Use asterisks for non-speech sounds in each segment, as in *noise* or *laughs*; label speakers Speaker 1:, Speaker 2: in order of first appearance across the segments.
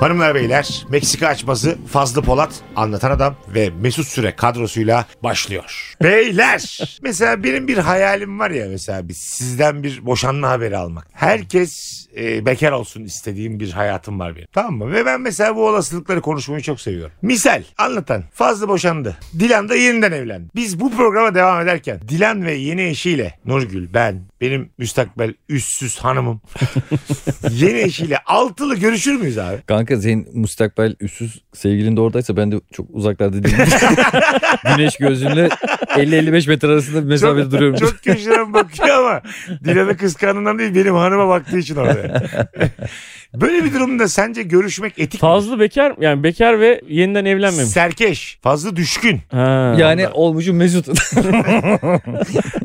Speaker 1: Hanımlar beyler Meksika açması Fazlı Polat anlatan adam ve Mesut Süre kadrosuyla başlıyor. Beyler mesela benim bir hayalim var ya mesela bir sizden bir boşanma haberi almak. Herkes e, bekar olsun istediğim bir hayatım var benim tamam mı? Ve ben mesela bu olasılıkları konuşmayı çok seviyorum. Misal anlatan Fazlı boşandı. Dilan da yeniden evlendi. Biz bu programa devam ederken Dilan ve yeni eşiyle Nurgül ben benim müstakbel üstsüz hanımım *laughs* yeni eşiyle altılı görüşür müyüz abi?
Speaker 2: Kanka senin müstakbel üstsüz sevgilin de oradaysa ben de çok uzaklarda
Speaker 1: *laughs*
Speaker 2: değilim. Güneş gözlüğümle 50-55 metre arasında bir mesafede duruyorum.
Speaker 1: Çok köşeden bakıyor ama Dilan'ı kıskandığından değil benim hanıma baktığı için orada. Böyle bir durumda sence görüşmek etik mi?
Speaker 3: Fazlı bekar yani bekar ve yeniden evlenmemiş.
Speaker 1: Serkeş. Fazla düşkün.
Speaker 3: Ha,
Speaker 2: Yani
Speaker 1: *laughs*
Speaker 2: olmuşum Mesut.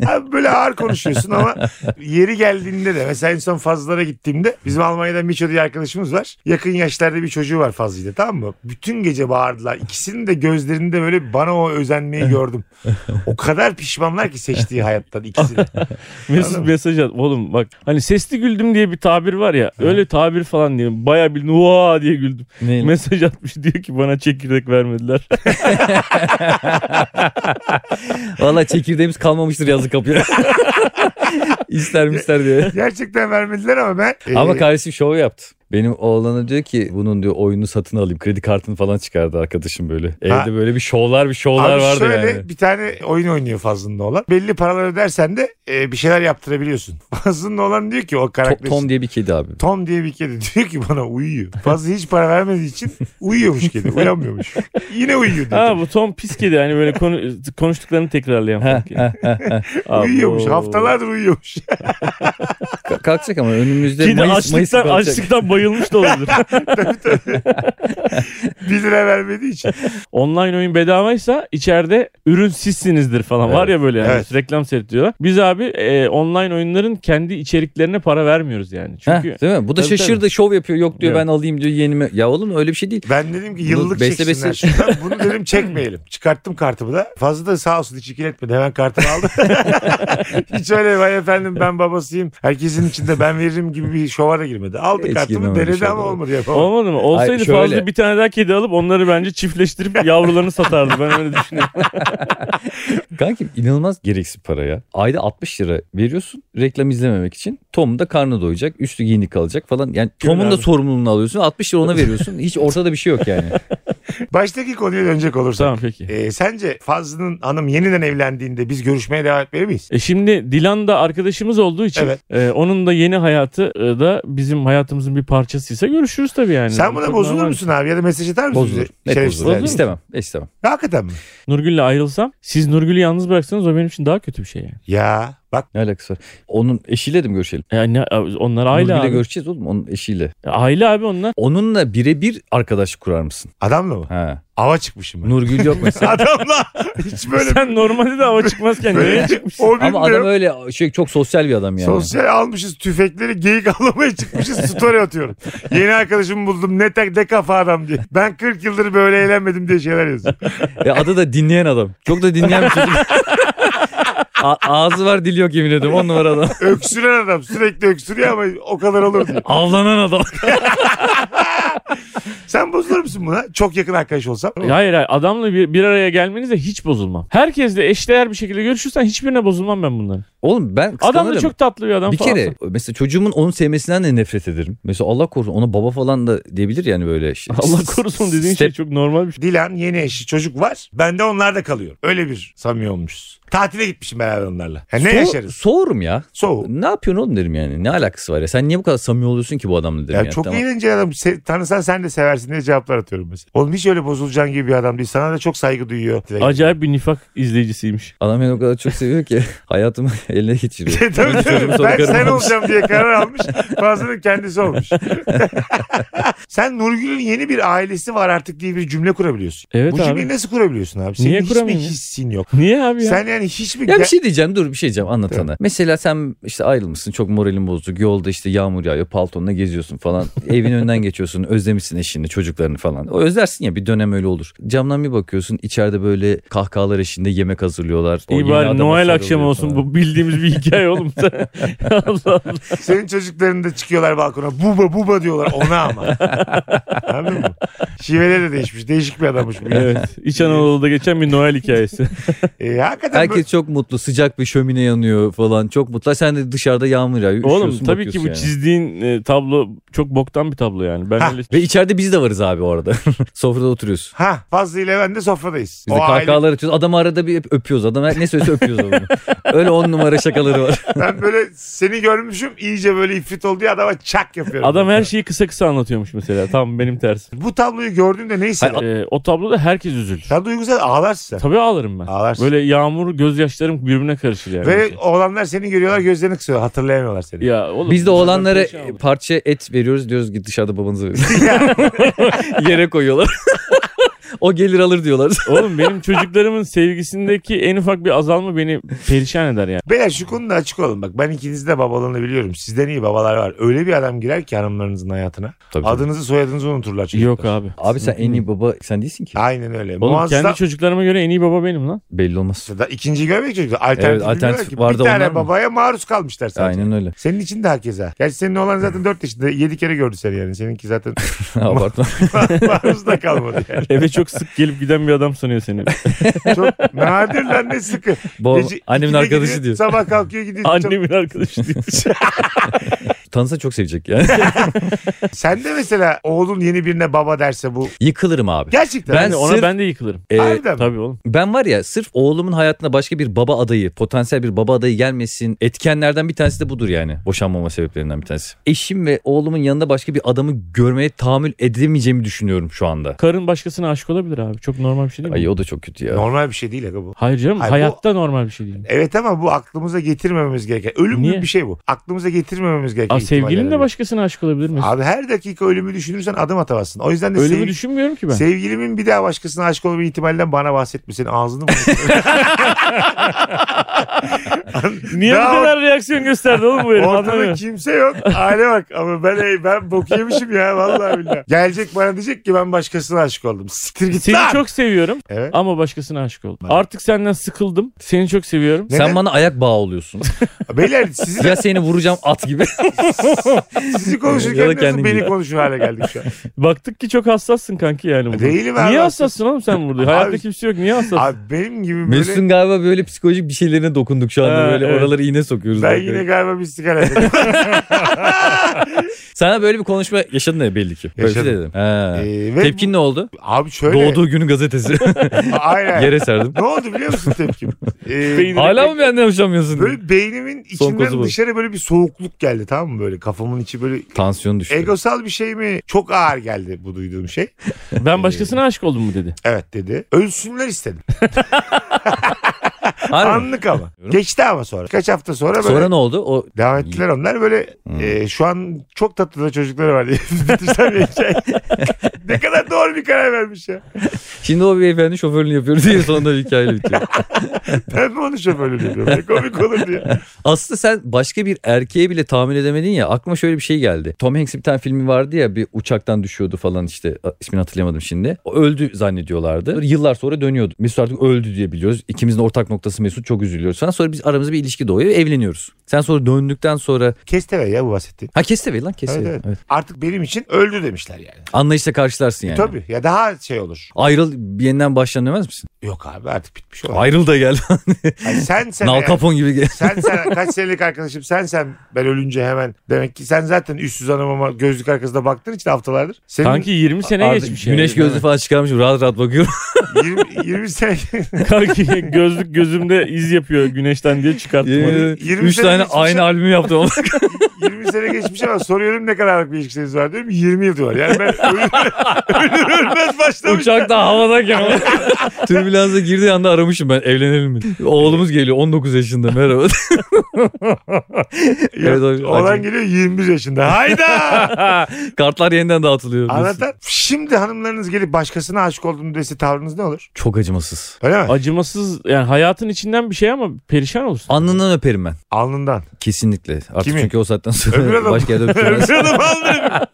Speaker 1: Abi böyle ağır konuşuyorsun ama yeri geldiğinde de mesela en son Fazlılara gittiğimde bizim Almanya'da Miço diye arkadaşımız var. Yakın yaşlarda bir çocuğu var Fazlı'yla tamam mı? Bütün gece bağırdılar. İkisinin de gözlerinde böyle bana o özenmeyi gördüm. O kadar pişmanlar ki seçtiği hayattan ikisi de.
Speaker 3: Mesut
Speaker 1: Anladım.
Speaker 3: mesaj at. Oğlum bak hani sesli güldüm diye bir tabir var ya. Öyle tabir falan diyelim. Baya bir nuva diye güldüm.
Speaker 2: Neyle?
Speaker 3: Mesaj atmış diyor ki bana çekirdek vermediler.
Speaker 2: Valla çekirdeğimiz kalmamıştır
Speaker 1: *laughs*
Speaker 2: yazık kapıya. ister mi ister diye.
Speaker 1: Gerçekten vermediler ama ben. e,
Speaker 2: Ama kardeşim şov yaptı. Benim oğlana diyor ki bunun diyor oyunu satın alayım. Kredi kartını falan çıkardı arkadaşım böyle. Evde
Speaker 1: Ha.
Speaker 2: böyle bir şovlar bir şovlar
Speaker 1: Abi
Speaker 2: vardı
Speaker 1: şöyle
Speaker 2: yani.
Speaker 1: bir tane oyun oynuyor Fazlı'nın olan. Belli paralar ödersen de e, bir şeyler yaptırabiliyorsun. *laughs* Fazlı'nın olan diyor ki o
Speaker 2: To-
Speaker 1: karakter. Tom,
Speaker 2: Tom diye bir kedi abi.
Speaker 1: diye bir kedi *laughs* diyor ki bana uyuyor. Fazlı hiç para vermediği için uyuyormuş kedi.
Speaker 2: *laughs*
Speaker 1: Uyanmıyormuş. Yine uyuyor diyor.
Speaker 3: ha bu Tom pis kedi hani böyle konu- konuştuklarını tekrarlayan.
Speaker 2: Ha,
Speaker 3: fakir.
Speaker 2: ha, ha, ha.
Speaker 3: *laughs* Abo.
Speaker 1: uyuyormuş. Haftalardır uyuyormuş. *laughs*
Speaker 2: Ka- Kalkacak ama önümüzde
Speaker 3: Kedi
Speaker 2: Mayıs, Mayıs
Speaker 3: açlıktan,
Speaker 2: kalkacak.
Speaker 3: açlıktan bayılmış
Speaker 2: *laughs*
Speaker 3: da olabilir.
Speaker 1: bir lira vermediği için.
Speaker 3: Online oyun bedavaysa içeride ürün sizsinizdir falan.
Speaker 2: Evet.
Speaker 3: Var ya böyle yani
Speaker 1: Evet.
Speaker 3: reklam seyrediyorlar. Biz abi e, online oyunların kendi içeriklerine para vermiyoruz yani.
Speaker 2: Ha,
Speaker 3: Çünkü
Speaker 2: değil mi? Bu da
Speaker 3: Tabii,
Speaker 2: şaşırdı şov yapıyor. Yok diyor
Speaker 3: Yok.
Speaker 2: ben alayım diyor yenime. Ya oğlum öyle bir şey değil.
Speaker 1: Ben dedim ki
Speaker 2: Bunu
Speaker 1: yıllık
Speaker 2: beste
Speaker 1: çeksinler.
Speaker 2: beste-
Speaker 1: şuradan. Bunu dedim çekmeyelim. Çıkarttım kartımı da. Fazla da sağ olsun hiç ikiletmedi. Hemen kartımı aldı. *laughs* hiç öyle vay efendim ben babasıyım. Herkesin içinde ben veririm gibi bir şova da girmedi. Aldı
Speaker 2: Hiç
Speaker 1: kartımı
Speaker 2: girmem öyle
Speaker 1: denedi
Speaker 2: şova.
Speaker 1: ama olmadı yapamadı.
Speaker 3: Olmadı mı? Olsaydı
Speaker 2: Hayır, şöyle.
Speaker 3: fazla bir tane daha kedi alıp onları bence çiftleştirip yavrularını satardı. Ben öyle düşünüyorum.
Speaker 2: Kankim inanılmaz gereksiz para ya. Ayda 60 lira veriyorsun reklam izlememek için. Tom'un da karnı doyacak. Üstü giyinik kalacak falan. Yani Tom'un da
Speaker 1: abi.
Speaker 2: sorumluluğunu alıyorsun. 60 lira ona veriyorsun. Hiç ortada bir şey yok *laughs* yani.
Speaker 1: Baştaki konuya dönecek olursak.
Speaker 3: tamam peki.
Speaker 1: Ee, sence Fazlı'nın hanım yeniden evlendiğinde biz görüşmeye devam etmeli miyiz?
Speaker 3: E şimdi Dilan da arkadaşımız olduğu için
Speaker 1: Evet.
Speaker 3: e, onun da yeni hayatı e, da bizim hayatımızın bir parçasıysa görüşürüz tabii yani.
Speaker 1: Sen buna
Speaker 3: Çok
Speaker 1: bozulur
Speaker 3: normal.
Speaker 1: musun abi ya da mesaj atar mısın?
Speaker 2: Bozulur.
Speaker 1: bize?
Speaker 2: Net
Speaker 1: Şerefsiz
Speaker 2: bozulur.
Speaker 1: herif.
Speaker 2: İstemem. İstemem.
Speaker 1: Hakikaten mi?
Speaker 3: Nurgül'le ayrılsam siz Nurgül'ü yalnız bıraksanız o benim için daha kötü bir şey yani.
Speaker 1: Ya bak
Speaker 2: Ne alakası var? Onun eşiyle de mi görüşelim?
Speaker 3: yani E, ne- onlar aile
Speaker 2: Aile
Speaker 3: abi. E,
Speaker 2: görüşeceğiz oğlum onun eşiyle.
Speaker 3: aile abi onlar.
Speaker 2: Onunla birebir arkadaşlık kurar mısın?
Speaker 1: adamla mı?
Speaker 2: Ha.
Speaker 1: Ava çıkmışım ben.
Speaker 2: *laughs* Nurgül yok
Speaker 1: *laughs*
Speaker 2: mesela.
Speaker 1: adamla hiç böyle
Speaker 3: Sen normalde de hava çıkmazken
Speaker 1: *laughs*
Speaker 3: nereye
Speaker 1: böyle
Speaker 3: çıkmışsın?
Speaker 1: o
Speaker 2: Ama
Speaker 1: bilmiyorum.
Speaker 2: adam öyle şey çok sosyal bir adam yani.
Speaker 1: Sosyal almışız tüfekleri geyik *laughs* avlamaya çıkmışız story atıyorum. Yeni arkadaşımı buldum ne tek ne kafa adam diye. Ben 40 yıldır böyle eğlenmedim diye şeyler yazıyorum.
Speaker 2: Ve E, adı da dinleyen adam. Çok da dinleyen bir çocuk. A- ağzı var dili yok yemin ediyorum. On numara adam.
Speaker 1: Öksüren adam sürekli öksürüyor ama o kadar olur diye.
Speaker 2: Avlanan adam.
Speaker 1: Sen bozulur musun buna? Çok yakın arkadaş olsam.
Speaker 3: E, Hayır hayır adamla bir, bir araya gelmenize hiç bozulmam. Herkesle eşdeğer bir şekilde görüşürsen hiçbirine bozulmam ben bunların.
Speaker 2: Oğlum ben kıskanırım.
Speaker 3: Adam da çok tatlı bir adam
Speaker 2: bir
Speaker 3: falan.
Speaker 2: kere mesela çocuğumun onu sevmesinden de nefret ederim. Mesela Allah korusun ona baba falan da diyebilir yani böyle. işte. *laughs*
Speaker 3: *laughs* Allah korusun dediğin şey
Speaker 2: Step-
Speaker 3: çok normal bir şey.
Speaker 1: Dilan yeni eşi çocuk var. Ben de onlarda kalıyorum. Öyle bir samimi olmuşuz. Tatile gitmişim beraber onlarla. Ya ne
Speaker 2: Soğur-
Speaker 1: yaşarız?
Speaker 2: Soğurum ya.
Speaker 1: Soğuk.
Speaker 2: Ne yapıyorsun oğlum derim yani. Ne alakası var ya. Sen niye bu kadar samimi oluyorsun ki bu adamla derim.
Speaker 1: Ya
Speaker 2: yani.
Speaker 1: çok
Speaker 2: Tamam.
Speaker 1: eğlenceli adam. Se- tanısan sen de seversin diye cevaplar atıyorum mesela. Oğlum hiç öyle bozulacağın gibi bir adam değil. Sana da çok saygı duyuyor.
Speaker 3: Acayip bir nifak izleyicisiymiş. *laughs*
Speaker 2: Adam beni o kadar çok seviyor ki *laughs* hayatımı eline geçiriyor.
Speaker 1: E, Tabii, tabii.
Speaker 2: Çocuğum sonra
Speaker 1: Ben
Speaker 2: karım
Speaker 1: sen
Speaker 2: olmuş.
Speaker 1: olacağım diye karar
Speaker 3: *laughs*
Speaker 1: almış. Fazlının kendisi olmuş. *laughs* sen Nurgül'ün yeni bir ailesi var artık diye bir cümle kurabiliyorsun.
Speaker 3: Evet
Speaker 1: Bu
Speaker 3: abi.
Speaker 1: cümleyi nasıl kurabiliyorsun abi? Senin
Speaker 3: Niye
Speaker 1: hiç mi
Speaker 3: kuramıyorum ya?
Speaker 1: hissin yok?
Speaker 3: *laughs* Niye abi ya?
Speaker 1: Sen yani Yani hiç mi?
Speaker 2: Ya bir
Speaker 1: Ge-
Speaker 2: şey diyeceğim dur bir şey diyeceğim anlatana. Mesela sen işte ayrılmışsın çok moralin bozuk. Yolda işte yağmur yağıyor paltonla
Speaker 1: *laughs*
Speaker 2: geziyorsun falan. Evin önünden geçiyorsun özlemişsin eşini çocuklarını falan. O özlersin ya bir dönem öyle olur. Camdan bir bakıyorsun içeride böyle kahkahalar eşinde yemek hazırlıyorlar. O
Speaker 3: İyi
Speaker 2: yeni
Speaker 3: bari
Speaker 2: adam
Speaker 3: Noel
Speaker 2: masaya
Speaker 3: akşamı
Speaker 2: oluyor
Speaker 3: olsun
Speaker 2: falan.
Speaker 3: bu bildiğimiz bir
Speaker 2: *laughs*
Speaker 3: hikaye oğlum. Allah *laughs* Allah.
Speaker 1: Senin çocukların da çıkıyorlar balkona. Buba buba diyorlar ona
Speaker 3: *laughs*
Speaker 1: ama. Anladın mı? Şiveleri de değişmiş. Değişik bir adammış bu.
Speaker 3: Evet. İç
Speaker 2: Ee,
Speaker 3: Anadolu'da geçen bir
Speaker 2: *laughs*
Speaker 3: Noel hikayesi.
Speaker 1: Ee, hakikaten
Speaker 2: Herkes çok mutlu sıcak bir şömine yanıyor falan çok mutlu. Sen de dışarıda yağmur yağıyor.
Speaker 3: Oğlum
Speaker 2: üşüyorsun,
Speaker 3: tabii ki bu
Speaker 2: bakıyorsun yani.
Speaker 3: çizdiğin e, tablo çok boktan bir tablo yani. Ben
Speaker 1: Ha.
Speaker 3: öyle
Speaker 2: Ve içeride biz de varız abi orada. *laughs* Sofrada oturuyoruz.
Speaker 1: Ha Fazlı ile ben de sofradayız.
Speaker 2: Biz de
Speaker 1: O aile-
Speaker 2: kahkahalar atıyoruz. Adamı arada bir öpüyoruz. Adam her- ne söylese öpüyoruz onu.
Speaker 1: *laughs*
Speaker 2: Öyle on numara şakaları var.
Speaker 1: Ben böyle seni görmüşüm iyice böyle ifrit oldu ya adama çak yapıyorum.
Speaker 3: Adam her şeyi kısa kısa anlatıyormuş mesela. Tam benim tersim.
Speaker 1: Bu tabloyu gördüğümde neyse.
Speaker 3: E, o tabloda herkes üzülür.
Speaker 1: Sen duygusal ağlarsın. sen.
Speaker 3: Tabii ağlarım ben.
Speaker 1: Ağlarsın.
Speaker 3: Böyle yağmur, gözyaşlarım birbirine karışır yani.
Speaker 1: Ve oğlanlar seni görüyorlar gözlerini kısıyor. Hatırlayamıyorlar seni.
Speaker 3: ya oğlum,
Speaker 2: Biz de oğlanlara
Speaker 3: perişan oldum.
Speaker 2: parça et veriyoruz diyoruz ki dışarıda babanıza verin. Yere koyuyorlar. *laughs* o gelir alır diyorlar.
Speaker 3: Oğlum benim çocuklarımın sevgisindeki en ufak bir azalma beni perişan eder yani.
Speaker 1: Beyler şu konuda açık olun bak ben ikinizin de babalığını biliyorum. Sizden iyi babalar var. Öyle bir adam girer ki hanımlarınızın hayatına.
Speaker 2: Tabii.
Speaker 1: Adınızı soyadınızı unuturlar çocuklar.
Speaker 3: Yok abi.
Speaker 2: Abi sen en iyi baba sen değilsin ki.
Speaker 1: Aynen öyle.
Speaker 3: Oğlum
Speaker 1: Muazzam.
Speaker 3: kendi çocuklarıma göre en iyi baba benim lan.
Speaker 2: Belli olmaz.
Speaker 1: Da ikinciyi görmek çocuklar. Alternatif,
Speaker 2: Evet,
Speaker 1: bilmiyorlar
Speaker 2: alternatif
Speaker 1: ki.
Speaker 2: vardı
Speaker 1: Bir
Speaker 2: onlar
Speaker 1: tane
Speaker 2: mı?
Speaker 1: babaya maruz kalmışlar sadece.
Speaker 2: Aynen öyle.
Speaker 1: Senin için de herkese. Gerçi senin
Speaker 2: *laughs*
Speaker 1: olan zaten 4 yaşında 7 kere gördü seni yani. Seninki zaten *laughs*
Speaker 2: Abartma.
Speaker 1: maruz da kalmadı yani.
Speaker 3: *laughs* Eve çok sık gelip giden bir adam sanıyor seni.
Speaker 1: Çok nadir lan ne sıkı.
Speaker 2: Babam-
Speaker 1: Gece
Speaker 2: annemin
Speaker 1: ikide
Speaker 2: arkadaşı
Speaker 1: gidiyor,
Speaker 2: diyor.
Speaker 1: Sabah kalkıyor gidiyor.
Speaker 3: *laughs* Annemin arkadaşı şey. diyor.
Speaker 2: Tanısa çok sevecek yani.
Speaker 1: Çok- Sen de mesela oğlun yeni birine baba derse bu.
Speaker 2: *laughs* Yıkılırım abi.
Speaker 1: Gerçekten.
Speaker 2: Ben-
Speaker 1: Ben...
Speaker 3: Yani ona
Speaker 2: Sırf-
Speaker 3: ben de yıkılırım.
Speaker 2: Ee,
Speaker 1: Harbiden. mi?
Speaker 3: Tabii oğlum.
Speaker 2: ben var ya sırf oğlumun hayatına başka bir baba adayı, potansiyel bir baba adayı gelmesin etkenlerden bir tanesi de budur yani. Boşanmama sebeplerinden bir tanesi. Eşim ve oğlumun yanında başka bir adamı görmeye tahammül edemeyeceğimi düşünüyorum şu anda.
Speaker 3: Karın başkasına aşık olabilir abi. Çok normal bir şey değil mi?
Speaker 2: Ay o da çok kötü ya.
Speaker 1: Normal bir şey değil aga bu.
Speaker 3: Hayır canım
Speaker 1: Hayır, bu-
Speaker 3: hayatta normal bir şey değil.
Speaker 1: Evet ama bu aklımıza getirmememiz gereken. Ölüm
Speaker 3: Niye?
Speaker 1: gibi bir şey bu. Aklımıza getirmememiz gereken.
Speaker 3: Aa, sevgilin de
Speaker 1: ihtimallerden
Speaker 3: başkasına aşık olabilir mi?
Speaker 1: biri. Abi her dakika ölümü düşünürsen adım atamazsın. O yüzden de
Speaker 3: Ölümü
Speaker 1: sevgi-
Speaker 3: düşünmüyorum ki ben.
Speaker 1: Sevgilimin bir daha başkasına aşık olma ihtimalinden bana bahsetmesin.
Speaker 3: *laughs*
Speaker 1: Ağzını mı?
Speaker 3: Niye
Speaker 1: Daha-
Speaker 3: bu kadar reaksiyon gösterdi oğlum bu herif?
Speaker 1: Ortada
Speaker 3: Anlamıyorum.
Speaker 1: kimse yok. Aile bak ama ben ey, ben bok yemişim ya vallahi billahi. Gelecek bana diyecek ki ben başkasına aşık oldum. Siktir git
Speaker 3: Seni
Speaker 1: lan.
Speaker 3: çok seviyorum
Speaker 1: Evet.
Speaker 3: ama başkasına aşık oldum.
Speaker 1: Ben-
Speaker 3: Artık senden sıkıldım. Seni çok seviyorum.
Speaker 1: Ne-
Speaker 2: Sen bana ayak bağı oluyorsun.
Speaker 1: Beyler sizi,
Speaker 2: ya seni vuracağım at gibi.
Speaker 1: sizi
Speaker 2: Ya
Speaker 1: konuşurken
Speaker 2: da
Speaker 1: nasıl
Speaker 2: kendin
Speaker 1: beni
Speaker 2: gibi.
Speaker 1: konuşur hale geldik şu an.
Speaker 3: Baktık ki çok hassassın kanki yani. burada.
Speaker 1: Değilim abi.
Speaker 3: Niye hassassın oğlum sen burada?
Speaker 1: Abi-
Speaker 3: Hayatta kimse yok. Niye hassassın?
Speaker 1: Abi benim gibi *laughs* böyle
Speaker 2: Mesut'un galiba böyle psikolojik bir şeylerine dokunduk şu anda.
Speaker 3: Ha,
Speaker 2: böyle
Speaker 3: evet.
Speaker 2: oraları iğne sokuyoruz.
Speaker 1: ben
Speaker 2: arkaya.
Speaker 1: yine galiba bir sigara
Speaker 2: *laughs*
Speaker 1: Ee, yakaladım.
Speaker 2: Sana böyle bir konuşma yaşadın ya belli ki. Böyle bir şey
Speaker 1: Yaşadım.
Speaker 2: dedim. Ha.
Speaker 1: Ee, ve
Speaker 2: Tepkin ne oldu?
Speaker 1: bu- abi şöyle.
Speaker 2: Doğduğu günün
Speaker 1: *laughs*
Speaker 2: gazetesi. *laughs*
Speaker 1: Aynen.
Speaker 2: Yere serdim.
Speaker 1: Ne oldu biliyor musun tepkim? Ee,
Speaker 3: Beynine-
Speaker 2: Hala mı benden hoşlanmıyorsun? diye.
Speaker 1: böyle beynimin
Speaker 2: kozu
Speaker 1: içinden
Speaker 2: bu.
Speaker 1: dışarı böyle bir soğukluk geldi tamam mı böyle kafamın içi böyle
Speaker 2: Tansiyon düştü.
Speaker 1: egosal bir şey mi? Çok ağır geldi bu duyduğum şey.
Speaker 3: Ben başkasına aşık oldum mu dedi.
Speaker 1: Evet dedi. Ölsünler istedim.
Speaker 2: Harbi mi? *laughs*
Speaker 1: Anlık ama. Geçti ama sonra. Kaç hafta sonra böyle
Speaker 2: Sonra ne oldu? O
Speaker 1: devam ettiler onlar. Böyle
Speaker 2: Hmm.
Speaker 1: e, şu an çok tatlı da çocukları var diye *laughs*
Speaker 2: *laughs*
Speaker 1: bitirsem ya hikaye. ne kadar doğru bir karar vermiş ya.
Speaker 2: şimdi o beyefendi şoförünü yapıyor diye sonunda hikaye bitiyor.
Speaker 1: Ben mi onu şoförlü diyorum? Ne komik olur *laughs* diye.
Speaker 2: Aslında sen başka bir erkeğe bile tahmin edemedin ya. Aklıma şöyle bir şey geldi. Tom Hanks'in bir tane filmi vardı ya bir uçaktan düşüyordu falan işte A- ismini hatırlayamadım şimdi. O öldü zannediyorlardı. Böyle Yıllar sonra dönüyordu. Mesut artık öldü diye biliyoruz. İkimizin ortak noktası Mesut çok üzülüyoruz falan. Sonra biz aramızda bir ilişki doğuyor ve evleniyoruz. Sen sonra döndükten sonra
Speaker 1: Kesteve ya bu bahsettiğim.
Speaker 2: ha kesteve lan kesteve.
Speaker 1: Evet, evet. Artık benim için öldü demişler yani.
Speaker 2: Anlayışla karşılarsın yani.
Speaker 1: Tabii ya daha şey olur.
Speaker 2: Ayrıl yeniden başlan demez misin?
Speaker 1: Yok abi artık bitmiş o.
Speaker 2: Ayrıl da gel.
Speaker 1: Ay, sen sen
Speaker 2: Nal
Speaker 1: eğer-
Speaker 2: Capone gibi gel.
Speaker 1: sen sen kaç senelik arkadaşım sen sen ben ölünce hemen demek ki sen zaten üstsüz anamama gözlük arkasında baktığın için haftalardır. Senin *laughs*
Speaker 3: Kanki 20 sene
Speaker 2: Artık
Speaker 3: geçmiş. yani.
Speaker 2: güneş gözlü falan çıkarmışım rahat rahat bakıyorum.
Speaker 1: 20, 20 sene
Speaker 3: *laughs* Kanki gözlük gözümde iz yapıyor güneşten diye çıkarttım. onu.
Speaker 1: 20
Speaker 2: Üç
Speaker 1: sene
Speaker 2: tane
Speaker 1: geçmiş
Speaker 2: aynı
Speaker 1: ya.
Speaker 2: albümü yaptım ama.
Speaker 1: 20 sene geçmiş ama soruyorum ne kadarlık bir ilişkiniz var diyorum 20 yıl diyorlar. Yani ben ölür, ölür ölmez başlamış.
Speaker 2: Uçakta *laughs* havadayken türbülansa girdiği anda aramışım ben evlenelim mi? Oğlumuz geliyor 19 yaşında merhaba. *laughs*
Speaker 1: Ya,
Speaker 2: Evet, o-
Speaker 1: Olan
Speaker 2: acayip.
Speaker 1: geliyor 21 yaşında. Hayda!
Speaker 2: Kartlar yeniden dağıtılıyor.
Speaker 1: Anlatan. Şimdi hanımlarınız gelip başkasına aşık olduğunu dese tavrınız ne olur?
Speaker 2: Çok acımasız.
Speaker 1: Öyle mi?
Speaker 3: Acımasız yani hayatın içinden bir şey ama perişan olursun.
Speaker 2: Alnından öperim ben.
Speaker 3: *laughs*
Speaker 1: Alnından.
Speaker 2: Kesinlikle. Artık
Speaker 1: Kimi?
Speaker 2: çünkü o saatten
Speaker 1: Öbür
Speaker 2: sonra
Speaker 1: adam.
Speaker 2: başka yerde öptürmez.
Speaker 3: şey
Speaker 1: Öbür adam aldı.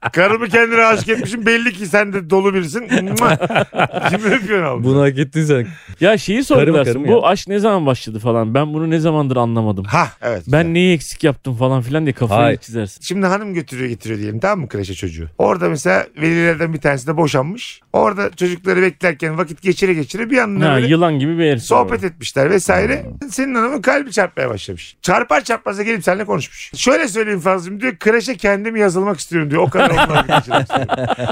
Speaker 1: *laughs* Karımı kendine aşık etmişim. Belli ki sen de dolu birisin. Kimi öpüyorsun alnından?
Speaker 2: Bunu hak ettin sen.
Speaker 3: Ya şeyi
Speaker 2: karım
Speaker 3: sorgularsın.
Speaker 2: ya.
Speaker 3: Bu aşk ne zaman başladı falan. Ben bunu ne zamandır anlamadım.
Speaker 1: Ha evet.
Speaker 3: Ben neyi eksik yaptım falan filan diye kafayı
Speaker 2: Hayır.
Speaker 3: çizersin.
Speaker 1: Şimdi hanım götürüyor getiriyor diyelim tamam mı kreşe çocuğu. Orada mesela velilerden bir tanesi de boşanmış. Orada çocukları beklerken vakit geçire geçire bir yandan
Speaker 3: Ha,
Speaker 1: böyle
Speaker 3: yılan gibi bir herif.
Speaker 1: sohbet etmişler vesaire. Senin hanımın kalbi çarpmaya başlamış. Çarpar çarpmaz da gelip seninle konuşmuş. Şöyle söyleyeyim Fazlım diyor kreşe kendim yazılmak istiyorum diyor. O
Speaker 2: *laughs*
Speaker 1: kadar onunla vakit geçirmek istiyorum.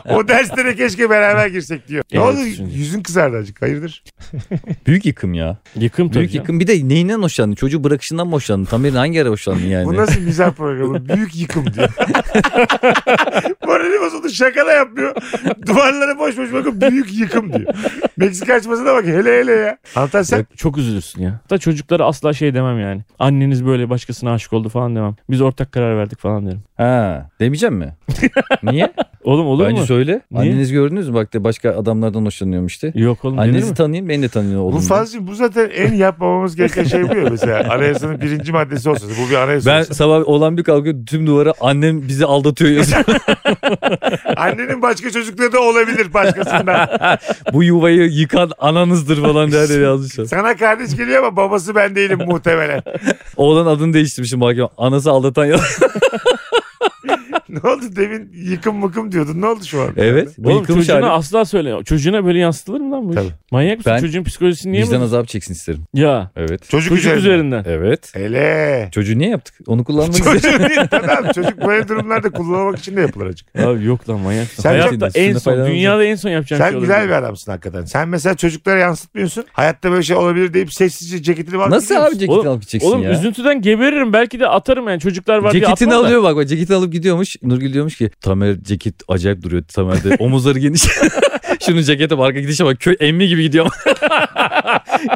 Speaker 1: O derslere keşke beraber girsek diyor. Ne
Speaker 3: Evet,
Speaker 1: oldu
Speaker 3: şimdi.
Speaker 1: yüzün kızardı azıcık hayırdır?
Speaker 2: Büyük yıkım ya.
Speaker 3: Yıkım tabii.
Speaker 2: Büyük
Speaker 3: canım.
Speaker 2: yıkım. Bir de neyinden hoşlandın? Çocuğu bırakışından mı hoşlandın? Tamir'in hangi ara hoşlandın yani?
Speaker 1: Bu nasıl mizah
Speaker 2: *laughs*
Speaker 1: programı? Büyük yıkım diyor. *laughs* Morali bozuldu şaka da yapmıyor. Duvarlara boş boş bakıp büyük yıkım diyor. Meksika açmasına bak hele hele ya. Anlatan sen
Speaker 3: Yok, çok üzülürsün ya. Hatta çocuklara asla şey demem yani. Anneniz böyle başkasına aşık oldu falan demem. Biz ortak karar verdik falan derim.
Speaker 2: Ha, demeyeceğim
Speaker 3: *laughs*
Speaker 2: mi? Niye?
Speaker 3: Oğlum olur
Speaker 2: Bence
Speaker 3: mu?
Speaker 2: söyle.
Speaker 3: Niye?
Speaker 2: Anneniz gördünüz mü? Bak de başka adamlardan hoşlanıyormuştu.
Speaker 3: Yok oğlum denir
Speaker 2: Annenizi
Speaker 3: mi?
Speaker 2: tanıyın beni de tanıyın oğlum.
Speaker 1: bu fazla bu zaten en yapmamamız gereken şey bu ya mesela. Anayasanın birinci maddesi olsun. Bu bir anayasa
Speaker 2: Ben
Speaker 1: olsun.
Speaker 2: sabah olan bir kalkıyor tüm duvara annem bizi aldatıyor yazıyor.
Speaker 1: Annenin başka çocukları da olabilir
Speaker 2: *laughs*
Speaker 1: başkasından.
Speaker 2: Bu yuvayı yıkan ananızdır falan der diye yazmışlar.
Speaker 1: Sana kardeş geliyor ama babası ben değilim muhtemelen. *laughs*
Speaker 2: Oğlan adını değiştirmişim mahkeme. Anası aldatan ya.
Speaker 1: ne oldu demin yıkım mıkım diyordun. Ne oldu şu an?
Speaker 2: evet. Bu
Speaker 3: Oğlum
Speaker 2: yıkılmış
Speaker 3: çocuğuna
Speaker 2: hali.
Speaker 3: asla söyle. Çocuğuna böyle yansıtılır mı lan bu iş?
Speaker 1: Tabii.
Speaker 3: Manyak mısın?
Speaker 2: Ben-
Speaker 3: Çocuğun psikolojisini niye
Speaker 2: Vicdan
Speaker 3: mi?
Speaker 2: azabı çeksin isterim.
Speaker 3: Ya.
Speaker 2: Evet.
Speaker 1: Çocuk,
Speaker 3: Çocuk
Speaker 1: üzerinden.
Speaker 3: üzerinden.
Speaker 2: Evet. *laughs*
Speaker 1: Hele.
Speaker 2: Çocuğu niye yaptık? Onu kullanmak istedim.
Speaker 1: Çocuk, tamam, çocuk böyle durumlarda kullanmak için de yapılır acık.
Speaker 3: Abi yok lan manyak.
Speaker 1: Sen
Speaker 3: Hayatta
Speaker 2: çok-
Speaker 3: en
Speaker 2: Üstünde
Speaker 3: son.
Speaker 2: faydalanacak.
Speaker 3: Dünyada en son yapacağın
Speaker 1: Sen
Speaker 3: şey
Speaker 1: güzel
Speaker 3: olabilir.
Speaker 1: bir adamsın hakikaten. Sen mesela çocuklara yansıtmıyorsun. Hayatta böyle şey olabilir deyip sessizce ceketini alıp
Speaker 2: Nasıl
Speaker 1: gidiyorsun.
Speaker 2: abi ceketini
Speaker 3: Oğlum-
Speaker 2: alıp gideceksin
Speaker 3: Oğlum
Speaker 2: ya?
Speaker 3: üzüntüden geberirim. Belki de atarım yani. Çocuklar var diye
Speaker 2: Ceketini
Speaker 3: atmam da.
Speaker 2: alıyor bak bak ceketini alıp gidiyormuş. Nurgül diyormuş ki Tamer ceket acayip duruyor Tamer'de. *laughs* Omuzları geniş. Şunun cekete bak arka gidişe bak köy emmi gibi gidiyor. *laughs*